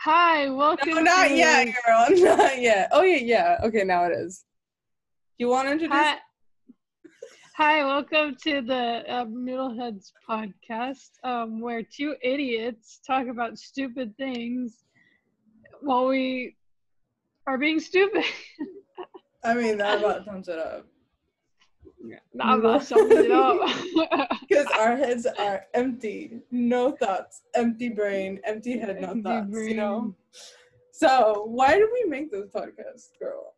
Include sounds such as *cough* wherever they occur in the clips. Hi, welcome. No, not to- yet, girl. *laughs* Not yet. Oh yeah, yeah. Okay, now it is. You want to *laughs* introduce? Hi. Hi, welcome to the uh, Noodleheads podcast, um, where two idiots talk about stupid things while we are being stupid. I mean, that about sums it up. Not about something at all. *laughs* Because our heads are empty, no thoughts, empty brain, empty head, no Empty thoughts. You know. brain. So why did we make this podcast, *laughs* girl?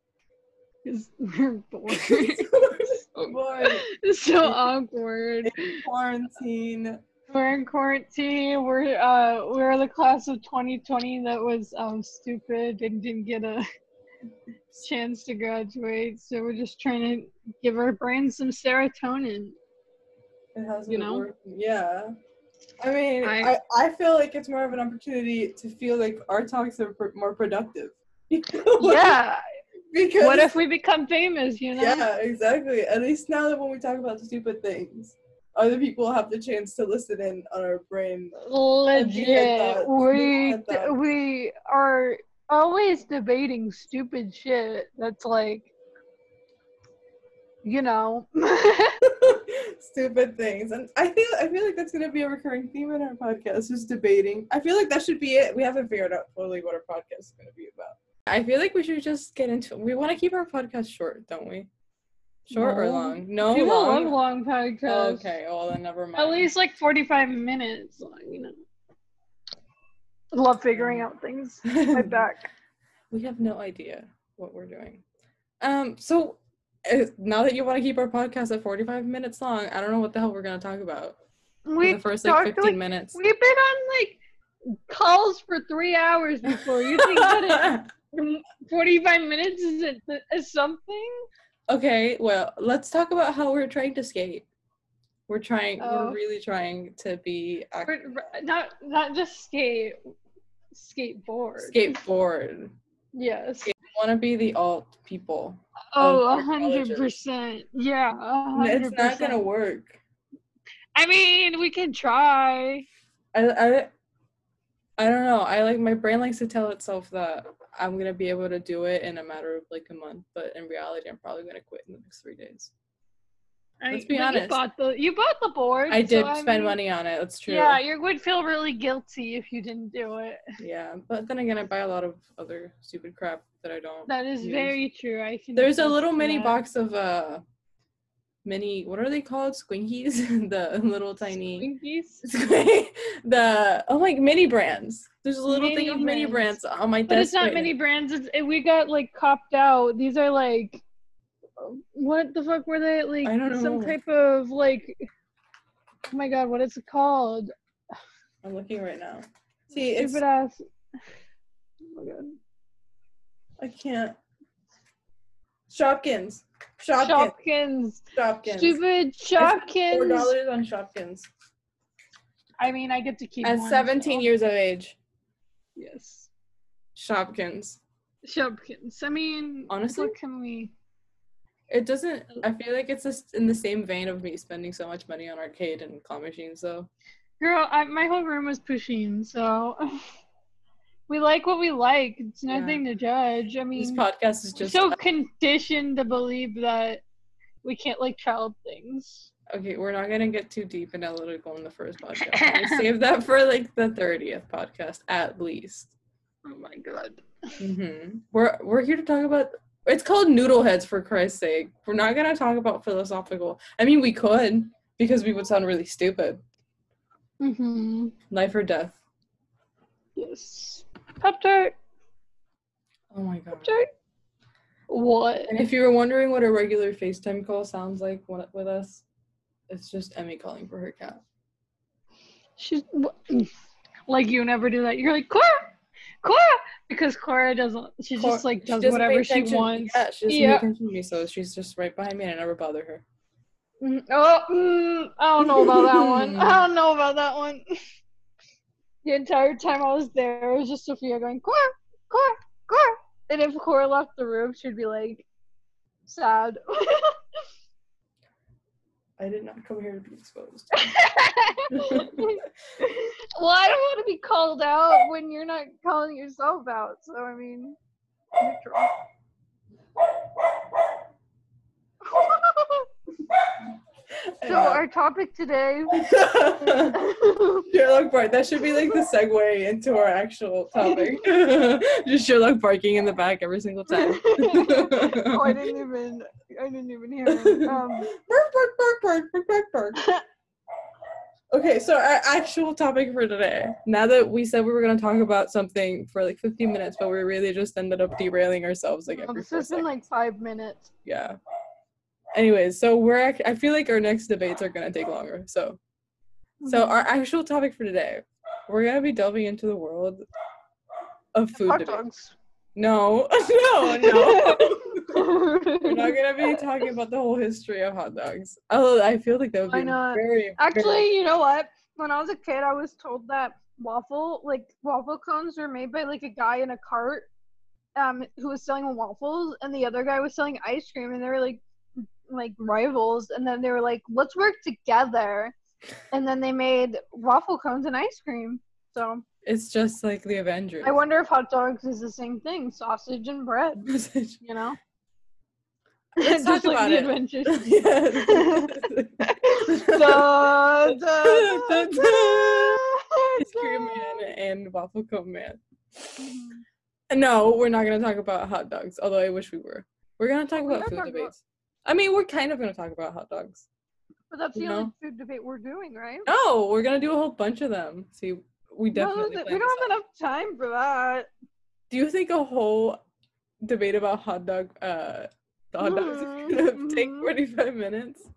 'Cause we're bored. *laughs* Boy, it's *laughs* so awkward. quarantine. We're in quarantine. We're uh, we're the class of 2020 that was um, stupid and didn't get a *laughs* chance to graduate. So we're just trying to give our brains some serotonin. It hasn't You know? worked. Yeah. I mean, I, I- I, feel like it's more of an opportunity to feel like our talks are pr- more productive. *laughs* Yeah. because What if we become famous? You know. Yeah, exactly. At least now that when we talk about stupid things, other people have the chance to listen in on our brain. *laughs* Legit. thoughts. We Deep thoughts. we are always debating stupid shit. That's like, you know. *laughs* stupid things. And I feel I feel like that's gonna be a recurring theme in our podcast, just debating. I feel like that should be it. We haven't figured out totally what our podcast is gonna be about. I feel like we should just get into we wanna keep our podcast short, don't we? Short or No. long? No. People long? love long podcasts. Okay, well then never mind. At *laughs* least like 45 minutes, long, you know. Love figuring out things. *laughs* My back. we have no idea what we're doing. Um, so uh, now that you want to keep our podcast at 45 minutes long, I don't know what the hell we're gonna talk about for We the first like talked 15 like minutes. we've been on like calls for three hours before. You think that it, 45 minutes isn't th- is something? *laughs* okay, well, let's talk about how we're trying to skate. We're trying. Oh. We're really trying to be ac- We're- we're- Not not just skate, skateboard. skateboard. Yes. Want to be the alt people. Oh, Um, a for hundred colleges. percent. Yeah, a And hundred It's not gonna percent. work. I mean, we can try. I, I I don't know. I like my brain likes to tell itself that I'm gonna be able to do it in a matter of like a month, but in reality, I'm probably gonna quit in the next three days. I- Let's be but honest. You bought the you bought the board. I so did mean, spend money on it. That's true. Yeah, you would feel really guilty if you didn't do it. Yeah, but then again, I buy a lot of other stupid crap that I don't. That is Yes. very true. I can. There's a attest little to mini that. box of uh, mini. What are they called? Squinkies. *laughs* the little tiny. Twinkies. *laughs* the oh like mini brands. There's a little Mini thing of mini brands. brands on my desk. But it's not right now. many brands. It's, it- we got like copped out. These are like, what the fuck were they? Like I don't some know. type of like, oh my god, what is it called? I'm looking right now. See, it's Stupid ass. Oh my god. I can't. Shopkins. Shopkins. Shopkins. Shopkins. Stupid Four Shopkins. dollars on Shopkins. I mean, I get to keep. At one, so- 17 years of age, Yes. Shopkins. Shubkins. I mean, Honestly? what can we? It doesn't. I feel like it's just in the same vein of me spending so much money on arcade and claw machines, though. Girl, I, my whole room was Pusheen, so *laughs* we like what we like. It's Yeah. nothing to judge. I This mean, podcast is we're just so conditioned to believe that we can't like child things. okay. We're not gonna get too deep and analytical in the first podcast. *laughs* We'll save that for like the 30th podcast at least. Oh my god. hmm We're we're here to talk about. It's called noodle heads for Christ's sake. We're not gonna talk about philosophical. I mean, we could because we would sound really stupid. Mm-hmm. Life or death. Yes. Pop tart. Oh my god. Pop tart. What? And if you were wondering what a regular FaceTime call sounds like wi- with us, it's just Emmy calling for her cat. She's wh- like you never do that. You're like Cora, Cora, because Cora doesn't. She Cor- just like she does doesn't pay whatever she attention- wants. Yeah, she doesn't pay Yeah. attention to me, so she's just right behind me, and I never bother her. Mm, oh, mm, I don't know about that one. I don't know about that one. *laughs* the entire time I was there, it was just Sophia going, Cora, Cora, Cora. And if Cora *laughs* left the room, she'd be like, sad. I did not come here to be exposed. well, I don't want to be called out when you're not calling yourself out. So I mean, neutral. *laughs* so our topic today. *laughs* Sherlock Bark. That should be like the segue into our actual topic. *laughs* Just Sherlock barking in the back every single time. *laughs* *laughs* oh, I didn't even. I didn't even hear. It. Um, Bark, bark, bark, bark, bark, bark, bark. *laughs* Okay, so our actual topic for today. Now that we said we were going to talk about something for like 15 minutes, but we really just ended up derailing ourselves like well, every Oh, this four has um, been like seconds. five minutes. yeah. Anyways, so we're act- I feel like our next debates are going to take longer. So so Mm-hmm. our actual topic for today, we're going to be delving into the world of food hot debate. dogs. No. *laughs* *laughs* no, no. we're not going to be talking about the whole history of hot dogs. Oh, I feel like that would Why be not? very very- *laughs* Actually, you know what? When I was a kid, I was told that waffle, like waffle cones, were made by like a guy in a cart, um, who was selling waffles, and the other guy was selling ice cream, and they were like, like rivals, and then they were like, let's work together, and then they made waffle cones and ice cream. So it's just like the Avengers. *laughs* I wonder if hot dogs is the same thing, sausage and bread. *laughs* *laughs* Let's You know, *laughs* like talk about the it. *laughs* adventures. Yes. Dun, dun, dun, dun, Ice dun. cream man and waffle cone man. Mhm. No, we're not gonna talk about hot dogs. Although I wish we were. We're gonna talk We're about not food talking about- debates. I mean, we're kind of gonna talk about hot dogs. But that's the You only know? food debate we're doing, right? No, we're gonna do a whole bunch of them. See, we No, definitely. th- we don't planned this have out. enough time for that. Do you think a whole debate about hot dog, uh, the hot dogs, is gonna Mhm, take mhm. forty-five minutes?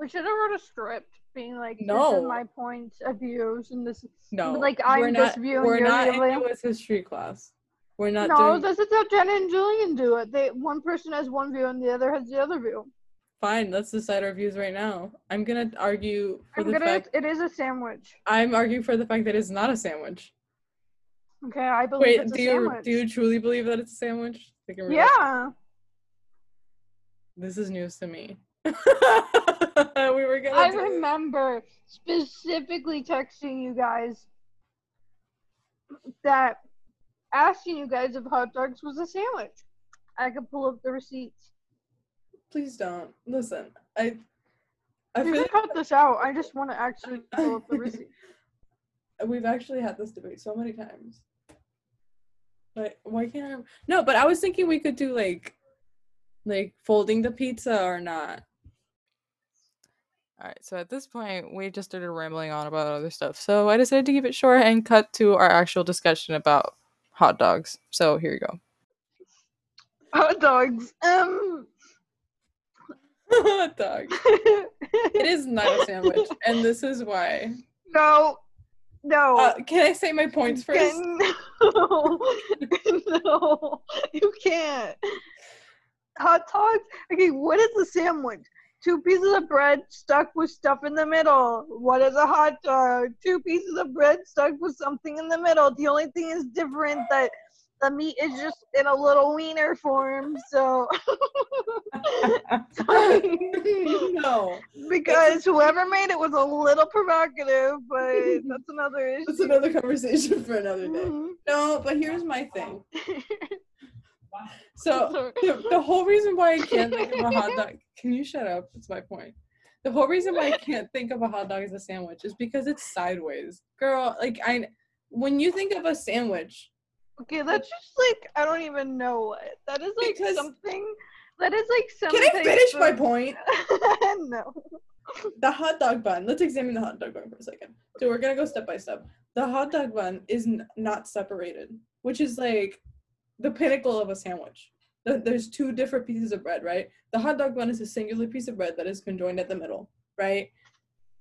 We should have wrote a script being like, this No. is my point of views and this No, like, we're I'm this not. view and we're you're not the other. in U.S. history class. We're not No, doing. this is how Jenna and Julian do it. They one person has one view and the other has the other view. Fine, let's decide our views right now. I'm gonna argue for I'm the gonna fact. it is a sandwich. I'm arguing for the fact that it's not a sandwich. Okay, I believe Wait, it's a do you sandwich. do you truly believe that it's a sandwich? Like, in real life? yeah. This is news to me. *laughs* we were gonna. I do- remember specifically texting you guys that asking you guys if hot dogs was a sandwich. I could pull up the receipts. Please don't listen. I. I You feel can like cut this out. I just want to actually pull *laughs* up the receipt. we've actually had this debate so many times. But why can't I? rem- No, but I was thinking we could do like, like folding the pizza or not. All right. So at this point, we just started rambling on about other stuff. So I decided to keep it short and cut to our actual discussion about hot dogs. So here you go. Hot dogs. Um. *laughs* hot *laughs* dog. It is not a sandwich, and this is why. no. No. Uh, can I say my points first? Oh. Can- *laughs* no. no. You can't. Hot dogs? Okay, what is a sandwich? Two pieces of bread stuck with stuff in the middle. What is a hot dog? Two pieces of bread stuck with something in the middle. The only thing is different that the meat is just in a little wiener form. So, *laughs* *laughs* no. because whoever made it was a little provocative, but that's another That's issue. another conversation for another day. No, but here's my thing. So Mhm. the, the whole reason why I can't think of a hot dog. Can you shut up? It's my point. The whole reason why I can't think of a hot dog as a sandwich is because it's sideways, girl. Like I, when you think of a sandwich, Okay, that's just like I don't even know what. That is like Because- something. That is like something. can I finish my point? point? *laughs* no. the hot dog bun. Let's examine the hot dog bun for a second. So we're gonna go step by step. The hot dog bun is n- not separated, which is like the pinnacle of a sandwich. Th- There's two different pieces of bread, right? The hot dog bun is a singular piece of bread that is conjoined at the middle, right?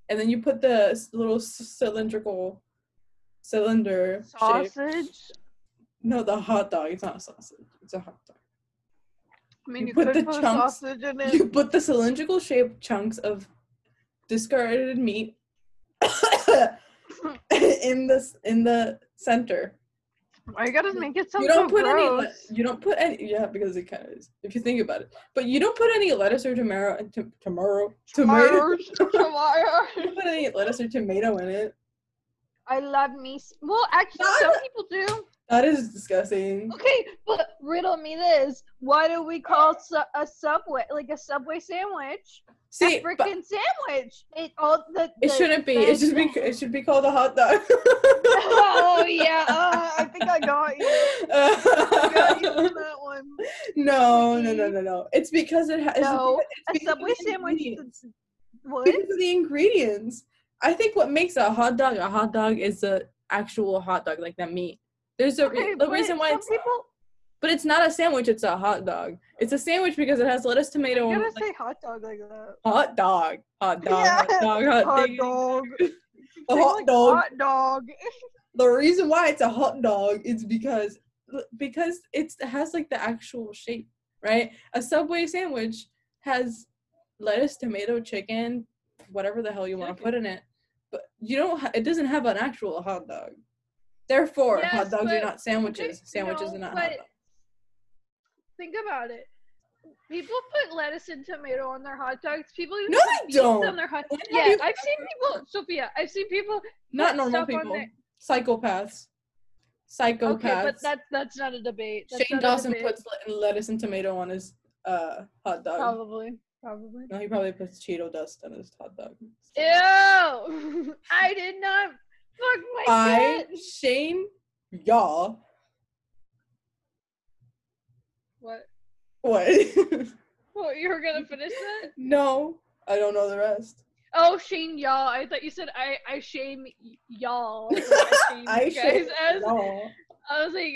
And then you put the s- little s- cylindrical cylinder shape. Sausage. No, the hot dog. It's not a sausage. It's a hot dog. I mean, You you, put could the put a chunks- sausage in it. You put the cylindrical shaped chunks of discarded meat *coughs* in the in the center Why you gotta make it sound you don't so put any. gross? le- You don't put any. Yeah, because it kind of is. If you think about it, but you don't put any lettuce or tomato. T- tomorrow. *laughs* Tomato. Tomatoes, tomorrow. You don't put any lettuce or tomato in it. I love me. s- Well, actually, Not some the- people do. That is disgusting. Okay, but riddle me this: Why do we call su- a subway like a subway sandwich See, a but freaking sandwich? It all the, it the- shouldn't be. the- It should be. It should be called a hot dog. *laughs* *laughs* oh yeah, uh, I think I got you. I got *laughs* you on that one. no, no, no, Squeaky. no, no. It's because it has. No, A it's because of subway the sandwich. ingredients. is- What? because of the ingredients. I think what makes a hot dog a hot dog is the actual hot dog, like that meat. There's a re- Okay, the but reason why some it's people but it's not a sandwich. It's a hot dog. It's a sandwich because it has lettuce, tomato, you and gotta like, say hot dog like that. hot dog, hot *laughs* dog, Yeah. hot dog, hot, Hot dog. dog. *laughs* The Say, hot like, dog. Hot dog. The reason why it's a hot dog is because because it's, it has like the actual shape, right? A Subway sandwich has lettuce, tomato, chicken, whatever the hell you want to Chicken. put in it, but you don't. Ha- it doesn't have an actual hot dog. Therefore, hot Yes, dogs are but- not sandwiches. Think- Sandwiches no, are not hot but dogs. *laughs* Think about it. People put lettuce and tomato on their hot dogs. People even No, put they beans don't. on their hot When have Yeah, you I've seen ever- people, Sophia. I've seen people. Not normal stuff on people. there. Psychopaths. Psychopaths. Okay, but that's that's not a debate. That's Shane not a Dawson debate. puts le- lettuce and tomato on his uh, hot dog. probably probably. No, he probably puts Cheeto dust on his hot dog. Ew! *laughs* I did not fuck my I, cat. Shane, y'all, What? what? *laughs* What? You were gonna finish that? no, I don't know the rest. Oh, Shane, y'all. I thought you said I. I shame y- y'all. I was *laughs* like, I you guys. shame I was, y'all. I was like,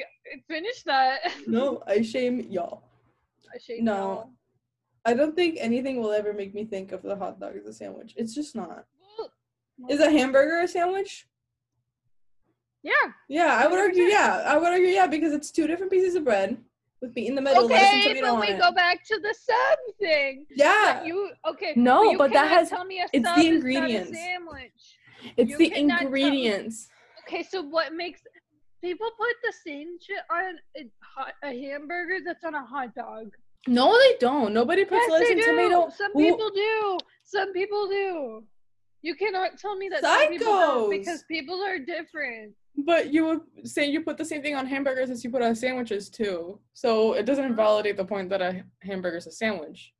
finish that. *laughs* No, I shame y'all. I shame No. y'all. I don't think anything will ever make me think of the hot dog as a sandwich. It's just not. Well, Is a hamburger a sandwich? yeah. Yeah, I would argue. 100%. Yeah, I would argue. Yeah, because it's two different pieces of bread with meat in the middle. lettuce and Okay, tomato but on we it. go back to the sub thing. Yeah, But you okay? No, you but that cannot has- Tell me a it's sub the is not a ingredients. sandwich. it's you the cannot tell- ingredients. Okay, so what makes people put the same shit on a, hot, a hamburger that's on a hot dog? No, they don't. Nobody puts yes, lettuce they and do. tomato. Some Who- people do. Some people do. You cannot tell me that some people Psychos. don't because people are different. But you would say you put the same thing on hamburgers as you put on sandwiches too. So it doesn't invalidate the point that a hamburger is a sandwich.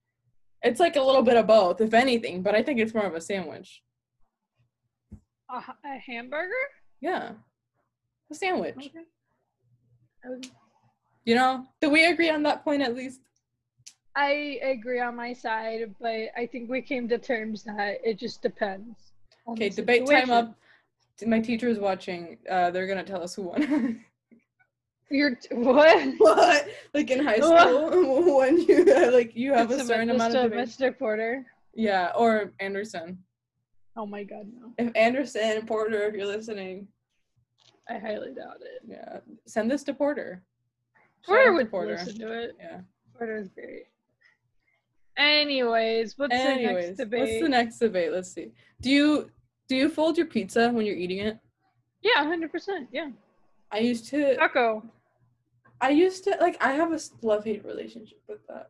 It's like a little bit of both, if anything, but I think it's more of a sandwich. A, h- a hamburger? Yeah. A sandwich. Okay. Okay. You know? Do we agree on that point at least? I agree on my side, but I think we came to terms that it just depends. on Okay, the debate time situation. up. My teacher is watching. Uh, they're gonna tell us who won. *laughs* You're t- what? what? Like in high *laughs* school, when you like you have a It's certain about amount of Mr. debate. Mr. Porter. Yeah, or Anderson. Oh my god, no. If Anderson Porter, if you're listening, I highly doubt it. yeah, send this to Porter. Shout out Porter to would Porter. listen to it. Yeah. Porter's great. Anyways, what's Anyways, the next what's debate? the next debate? Let's see. Do you do you fold your pizza when you're eating it? yeah, hundred percent. Yeah, I used to. taco. I used to like. I have a love hate relationship with that.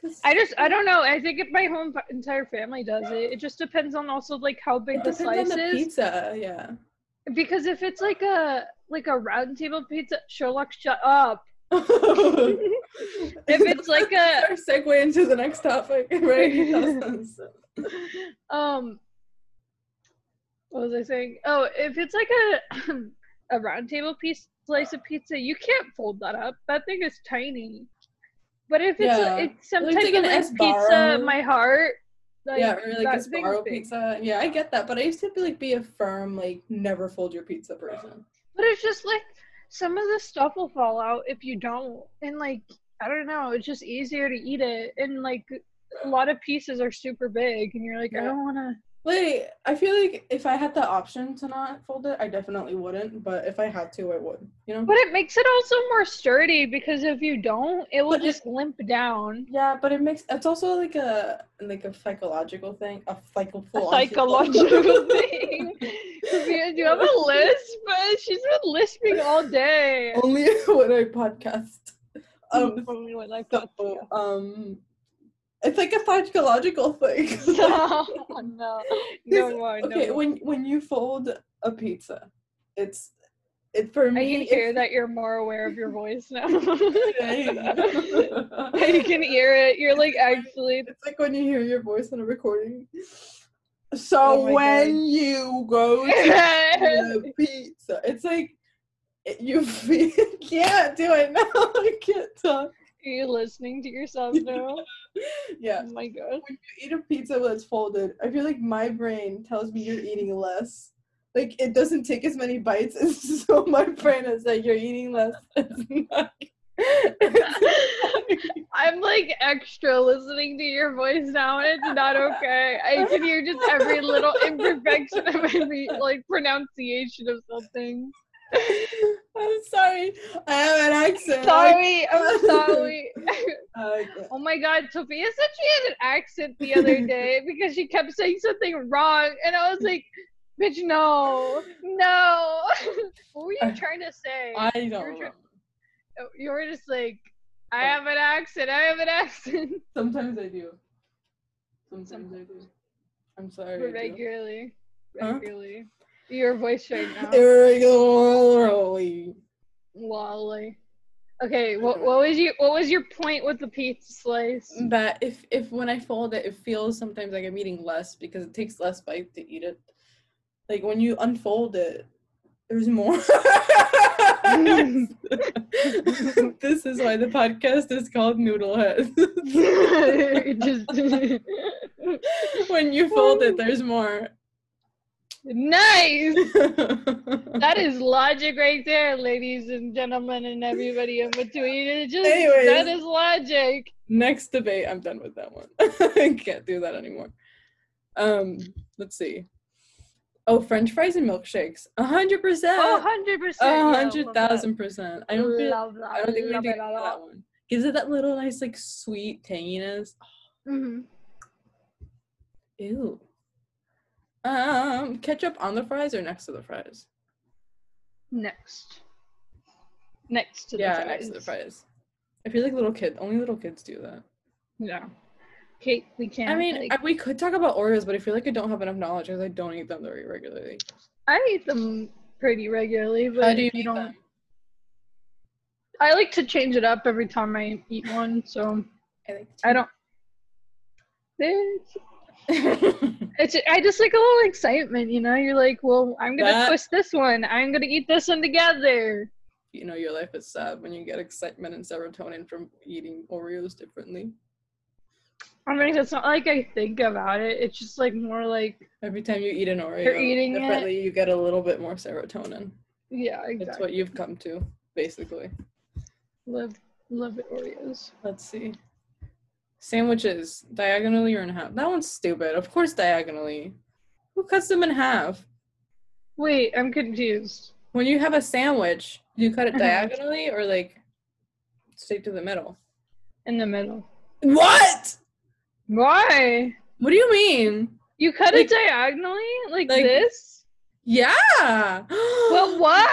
'Cause I just I don't know. I think if my whole entire family does it, it just depends on also like how big it the depends slice on the is. pizza. Yeah. *laughs* Because if it's like a like a round table pizza, Sherlock, shut *laughs* up. *laughs* Um, if If it's like a our segue into the next topic, *laughs* right? You *laughs* tell us. um, what was I saying? Oh, if it's like a *clears throat* a round table piece slice of pizza, you can't fold that up. That thing is tiny. But if it's Yeah. a, it's some Like, type like of an like, Sbarro. pizza, my heart. Like, yeah, or like that a thing's Sbarro big. pizza. Yeah, I get that, but I used to be like be a firm like never fold your pizza person. But it's just like some of the stuff will fall out if you don't. And like I don't know, it's just easier to eat it. And like a lot of pieces are super big, and you're like, Yeah. I don't want to. Like, I feel like if I had the option to not fold it, I definitely wouldn't. But if I had to, I would. You know. But it makes it also more sturdy because if you don't, it will But it- just limp down. yeah, but it makes it's also like a like a psychological thing, a psycho A *laughs* psychological thing. Sophia, do you have a lisp? Uh, She's been lisping all day. Only *laughs* when I podcast. Um, *laughs* Only when I so, thought to. um, it's like a psychological *laughs* thing. *laughs* no, no, no This- more. *laughs* okay, no more. when when you fold a pizza, it's it for I me. can it's- *laughs* hear that *laughs* you're more aware of your voice now. you *laughs* you can hear it. You're like *laughs* actually. *laughs* It's like when you hear your voice in a recording. So Oh my when you *laughs* go to the pizza, it's like it- you *laughs* feel, can't do it *laughs* now. I can't talk. Are you listening to yourself now? Yeah. Oh my god. When you eat a pizza when it's folded, I feel like my brain tells me you're eating less. Like it doesn't take as *laughs* many bites, and so my brain is like you're eating less. *laughs* It's not- it's not- I'm like extra listening to your voice now, and it's not okay. I can hear just every little imperfection of every like pronunciation of something. *laughs* I'm sorry. I have an accent. Sorry, I'm sorry. Uh, Oh my god, Sophia said she had an accent the *laughs* other day because she kept saying something wrong, and I was like, "Bitch, no, no." *laughs* what were you trying to say? I don't You're remember. You were just like, Oh. "I have an accent. I have an accent." Sometimes I do. Sometimes I do. *laughs* I'm sorry. I *laughs* do. regularly. Huh? Regularly. Your voice right now. Irregularly. Lolly. Okay, what what was you what was your point with the pizza slice? But if if when I fold it, it feels sometimes like I'm eating less because it takes less bite to eat it. Like when you unfold it, there's more. *laughs* this is why the podcast is called Noodle Head. Mm. *laughs* Just *laughs* when you fold it, there's more. *laughs* nice. that That is logic right there, ladies and gentlemen, and everybody in between. It just Anyways. that is logic. next debate i'm done with that one *laughs* i can't do that anymore um let's see oh french fries and milkshakes 100% Oh, 100 percent. Uh, hundred thousand percent i don't feel, Love that. i don't think we love do it a lot. that one gives it that little nice like sweet tanginess Mhm. ew um ketchup on the fries or next to the fries Next. Next to the yeah fries. next to the fries i feel like little kid only little kids do that Yeah. Kate, we can't. i mean like- I, we could talk about oreos but i feel like i don't have enough knowledge because i don't eat them very regularly I eat them pretty regularly, but how do you, you eat don't. them? I like to change it up every time I eat one, so I like I don't. It's, I it's I just like a little excitement, you know. You're like, well, I'm gonna That- twist this one. I'm gonna eat this one together. you know your life is sad when you get excitement and serotonin from eating Oreos differently. I mean, it's not like I think about it. It's just like more like, Every time you eat an Oreo eating it. differently, you get a little bit more serotonin. yeah, exactly. That's what you've come to, basically. Love, love it, Oreos. Let's see. Sandwiches, diagonally or in half. That one's stupid. Of course, diagonally. Who cuts them in half? Wait, I'm confused. When you have a sandwich, do you cut *laughs* it Mhm. diagonally or like straight to the middle? In the middle. What? Why? What do you mean? You cut it Like- diagonally like, like- this? Yeah. *gasps* Well, why?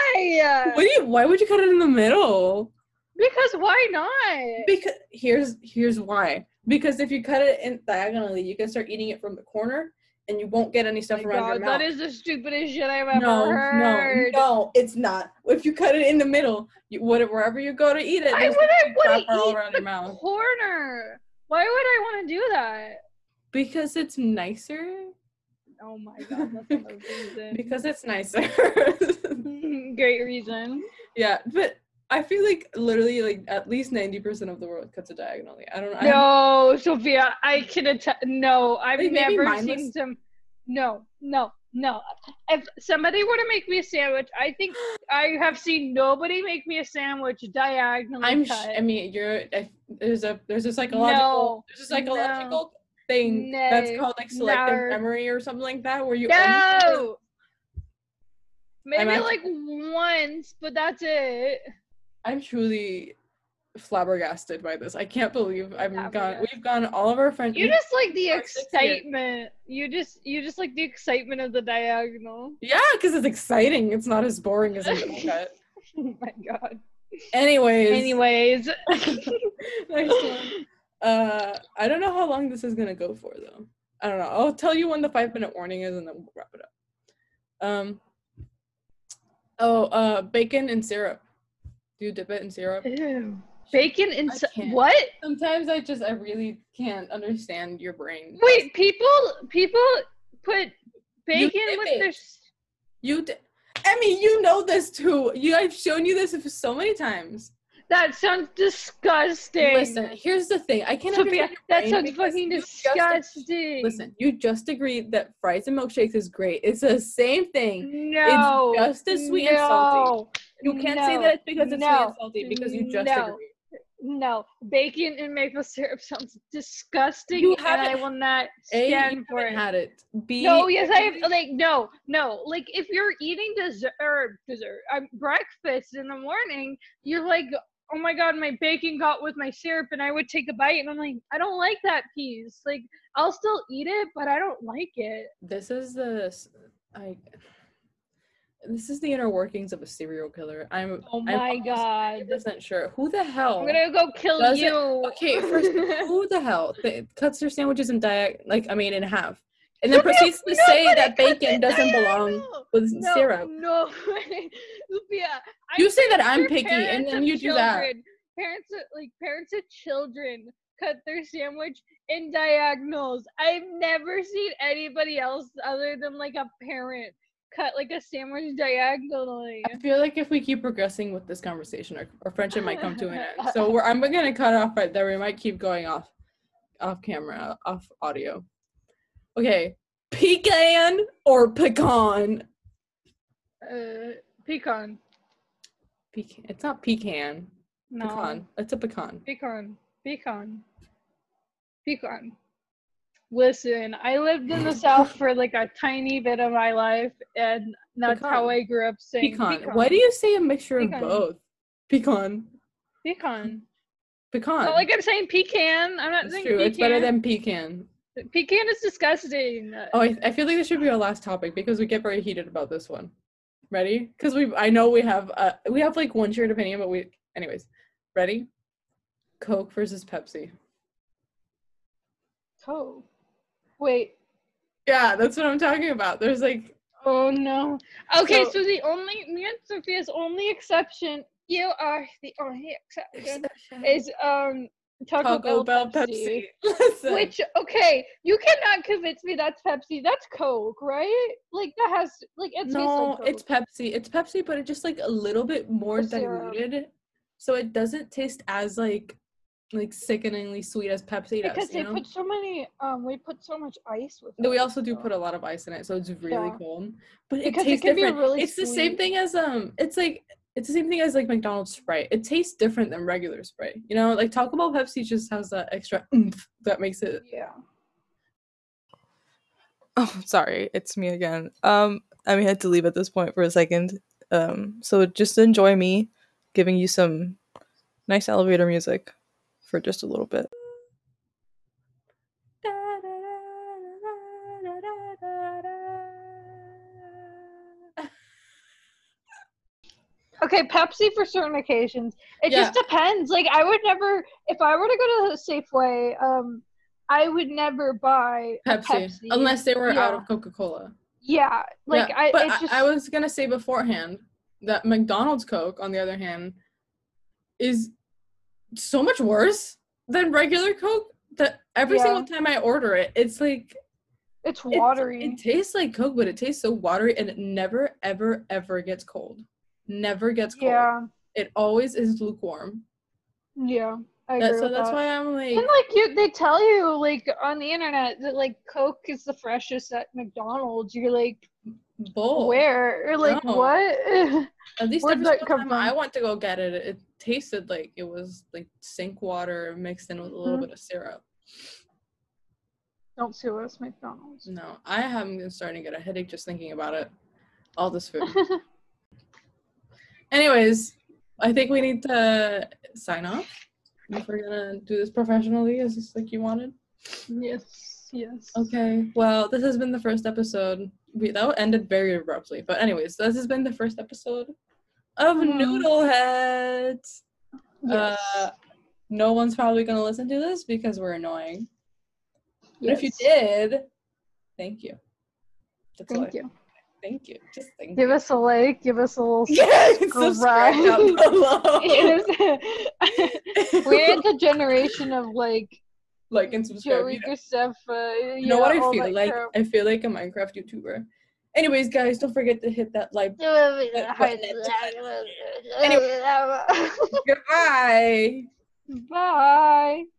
What do you? Why would you cut it in the middle? Because why not? Because here's here's why. Because if you cut it in diagonally, you can start eating it from the corner, and you won't get any stuff My around your God, mouth. that is the stupidest shit I've ever no, no, heard. no, it's not. If you cut it in the middle, you, what- wherever you go to eat it, I there's wouldn't gonna be wanna crap all eat around your mouth. Corner. Why would I want to do that? Because *laughs* it's nicer. Oh my god, that's another *laughs* reason. Because it's nicer. Great reason. *laughs* yeah, but I feel like literally like at least ninety percent of the world cuts it diagonally. I don't. I No, Sophia, I can attest. No, I've Like, maybe never seen mindless- some. No, no, no. If somebody were to make me a sandwich, I think I have seen nobody make me a sandwich diagonally. I'm. Sh- cut. I mean, you're. I, there's a. There's a psychological. No, there's a psychological thing that's No. called like selective No. memory or something like that, where you only- No. Maybe I'm like once, but that's it. I'm truly flabbergasted by this. I can't believe I've gone. Flabbergasted. We've gone all of our friends. You just like the Or six years. excitement. You just you just like the excitement of the diagonal. *laughs* yeah, because it's exciting. It's not as boring as I thought. *laughs* Oh my god. Anyways, Anyways, *laughs* next one. Uh, I don't know how long this is gonna go for though. I don't know. I'll tell you when the five minute warning is, and then we'll wrap it up. Um. Oh, uh, bacon and syrup. Do you dip it in syrup? Ew. bacon and I s- can't. what? *laughs* Sometimes I just I really can't understand your brain. Wait, people people put bacon dip with it. their s- You, di- Emmy, you know this too. You, I've shown you this so many times. That sounds disgusting. Listen, here's the thing. I can't Sophia, understand your that brain sounds because fucking you just ag- disgusting. Listen, you just agreed that fries and milkshakes is great. It's the same thing. no, just as sweet and salty. no, You can't say No. that it's because it's sweet No. and salty because you just No. agreed. No, bacon and maple syrup sounds disgusting. You and I haven't- will not A, you stand for haven't it. had it. B, No, yes, I you- have. Like, no, no. Like, if you're eating dessert, or dessert, um, breakfast in the morning, you're like, oh my god, my bacon got with my syrup, and I would take a bite, and I'm like, I don't like that piece. Like, I'll still eat it, but I don't like it. This is the. s- I. This is the inner workings of a serial killer. I'm. Oh my god, Percent sure. Who the hell? I'm gonna go kill Does it- you. Okay, *laughs* first, who the hell th- cuts their sandwiches in diag like I mean in half, and *laughs* then proceeds to say that bacon doesn't belong with No, syrup. No, *laughs* Sophia. I You say that I'm They're picky, and parents then of you do that. children. Parents of, like parents of children cut their sandwich in diagonals. I've never seen anybody else other than like a parent cut like a sandwich diagonally. I feel like if we keep progressing with this conversation, our, our friendship might come to an end. *laughs* So we're, I'm gonna cut off right there. We might keep going off, off camera, off audio. Okay, pecan or pecan? Uh, pecan. Pecan. It's not pecan. No. Pecan. It's a pecan. Pecan. Pecan. Pecan. Listen, I lived in the South for like a tiny bit of my life, and that's how Pecan. I grew up saying Pecan. Why do you say a mixture Pecan. of both? Pecan. pecan? Pecan. Not like I'm saying pecan. I'm not It's saying true. pecan. It's better than pecan. pecan is disgusting. Oh, I, I feel like this should be our last topic because we get very heated about this one. Ready? Because we, I know we have, uh, we have like one shared opinion, but we, anyways, ready? Coke versus Pepsi. Coke. Wait. Yeah, that's what I'm talking about. There's like, Oh no. Okay, So- so, the only me and Sophia's only exception, you are the only exception, is um Taco, Taco Bell Pepsi. *laughs* Listen, Which okay, you cannot convince me that's Pepsi. That's Coke, right? Like that has like it tastes no, like Coke. it's Pepsi. It's Pepsi, but it's just like a little bit more The syrup. diluted, so it doesn't taste as like, like sickeningly sweet as Pepsi does. because you they know? put so many um we put so much ice with Though we it, also do so. put a lot of ice in it, so it's really Yeah. cold. But it Because it tastes can be different. really it's the same sweet. thing as um. It's like it's the same thing as like McDonald's Sprite. It tastes different than regular Sprite. You know, like Taco Bell Pepsi just has that extra oomph that makes it. Yeah. Oh, sorry, it's me again. Um, I mean, I had to leave at this point for a second. Um, so just enjoy me giving you some nice elevator music for just a little bit. Okay, Pepsi for certain occasions. It Yeah. just depends. Like I would never if I were to go to Safeway, um I would never buy a Pepsi, Pepsi. unless they were out Yeah. of Coca Cola. Yeah. Like I but it just I, I was gonna say beforehand that McDonald's Coke, on the other hand, is so much worse than regular Coke. That every Yeah. single time I order it, it's like it's It's- watery. It, tastes like Coke, but it tastes so watery and it never, ever, ever gets cold. Never gets cold. yeah. It always is lukewarm. Yeah. I agree That, so with that's that. why I'm And like, like you, they tell you like on the internet that like Coke is the freshest at McDonald's. You're like, bold. where? Or like Oh, no. what? *laughs* At least Where'd every that single come time from? I went to go get it, it tasted like Mm-hmm. it was like sink water mixed in with a little Mhm. bit of syrup. Don't sue us, McDonald's. No, I haven't been starting to get a headache just thinking about it. All this food. *laughs* Anyways, I think we need to sign off. If we're gonna do this professionally, is this like you wanted? *laughs* Yes, yes. Okay. Well, this has been the first episode. We that ended very abruptly, but anyways, this has been the first episode of Mhm. Noodleheads. Yes. Uh, no one's probably gonna listen to this because we're annoying. But if you yes. did, thank you. That's all thank I- you. Thank you. Just thank Give you. us a like. Give us a *laughs* little. *laughs* Yes, subscribe. subscribe down *laughs* below. It is- *laughs* We're in the generation of like *laughs* like and subscribe. Joey you know. Graceffa. You You know what I all feel that like? crap. I feel like a Minecraft YouTuber. Anyways, guys, don't forget to hit that like. *laughs* Anyway. Goodbye. Bye.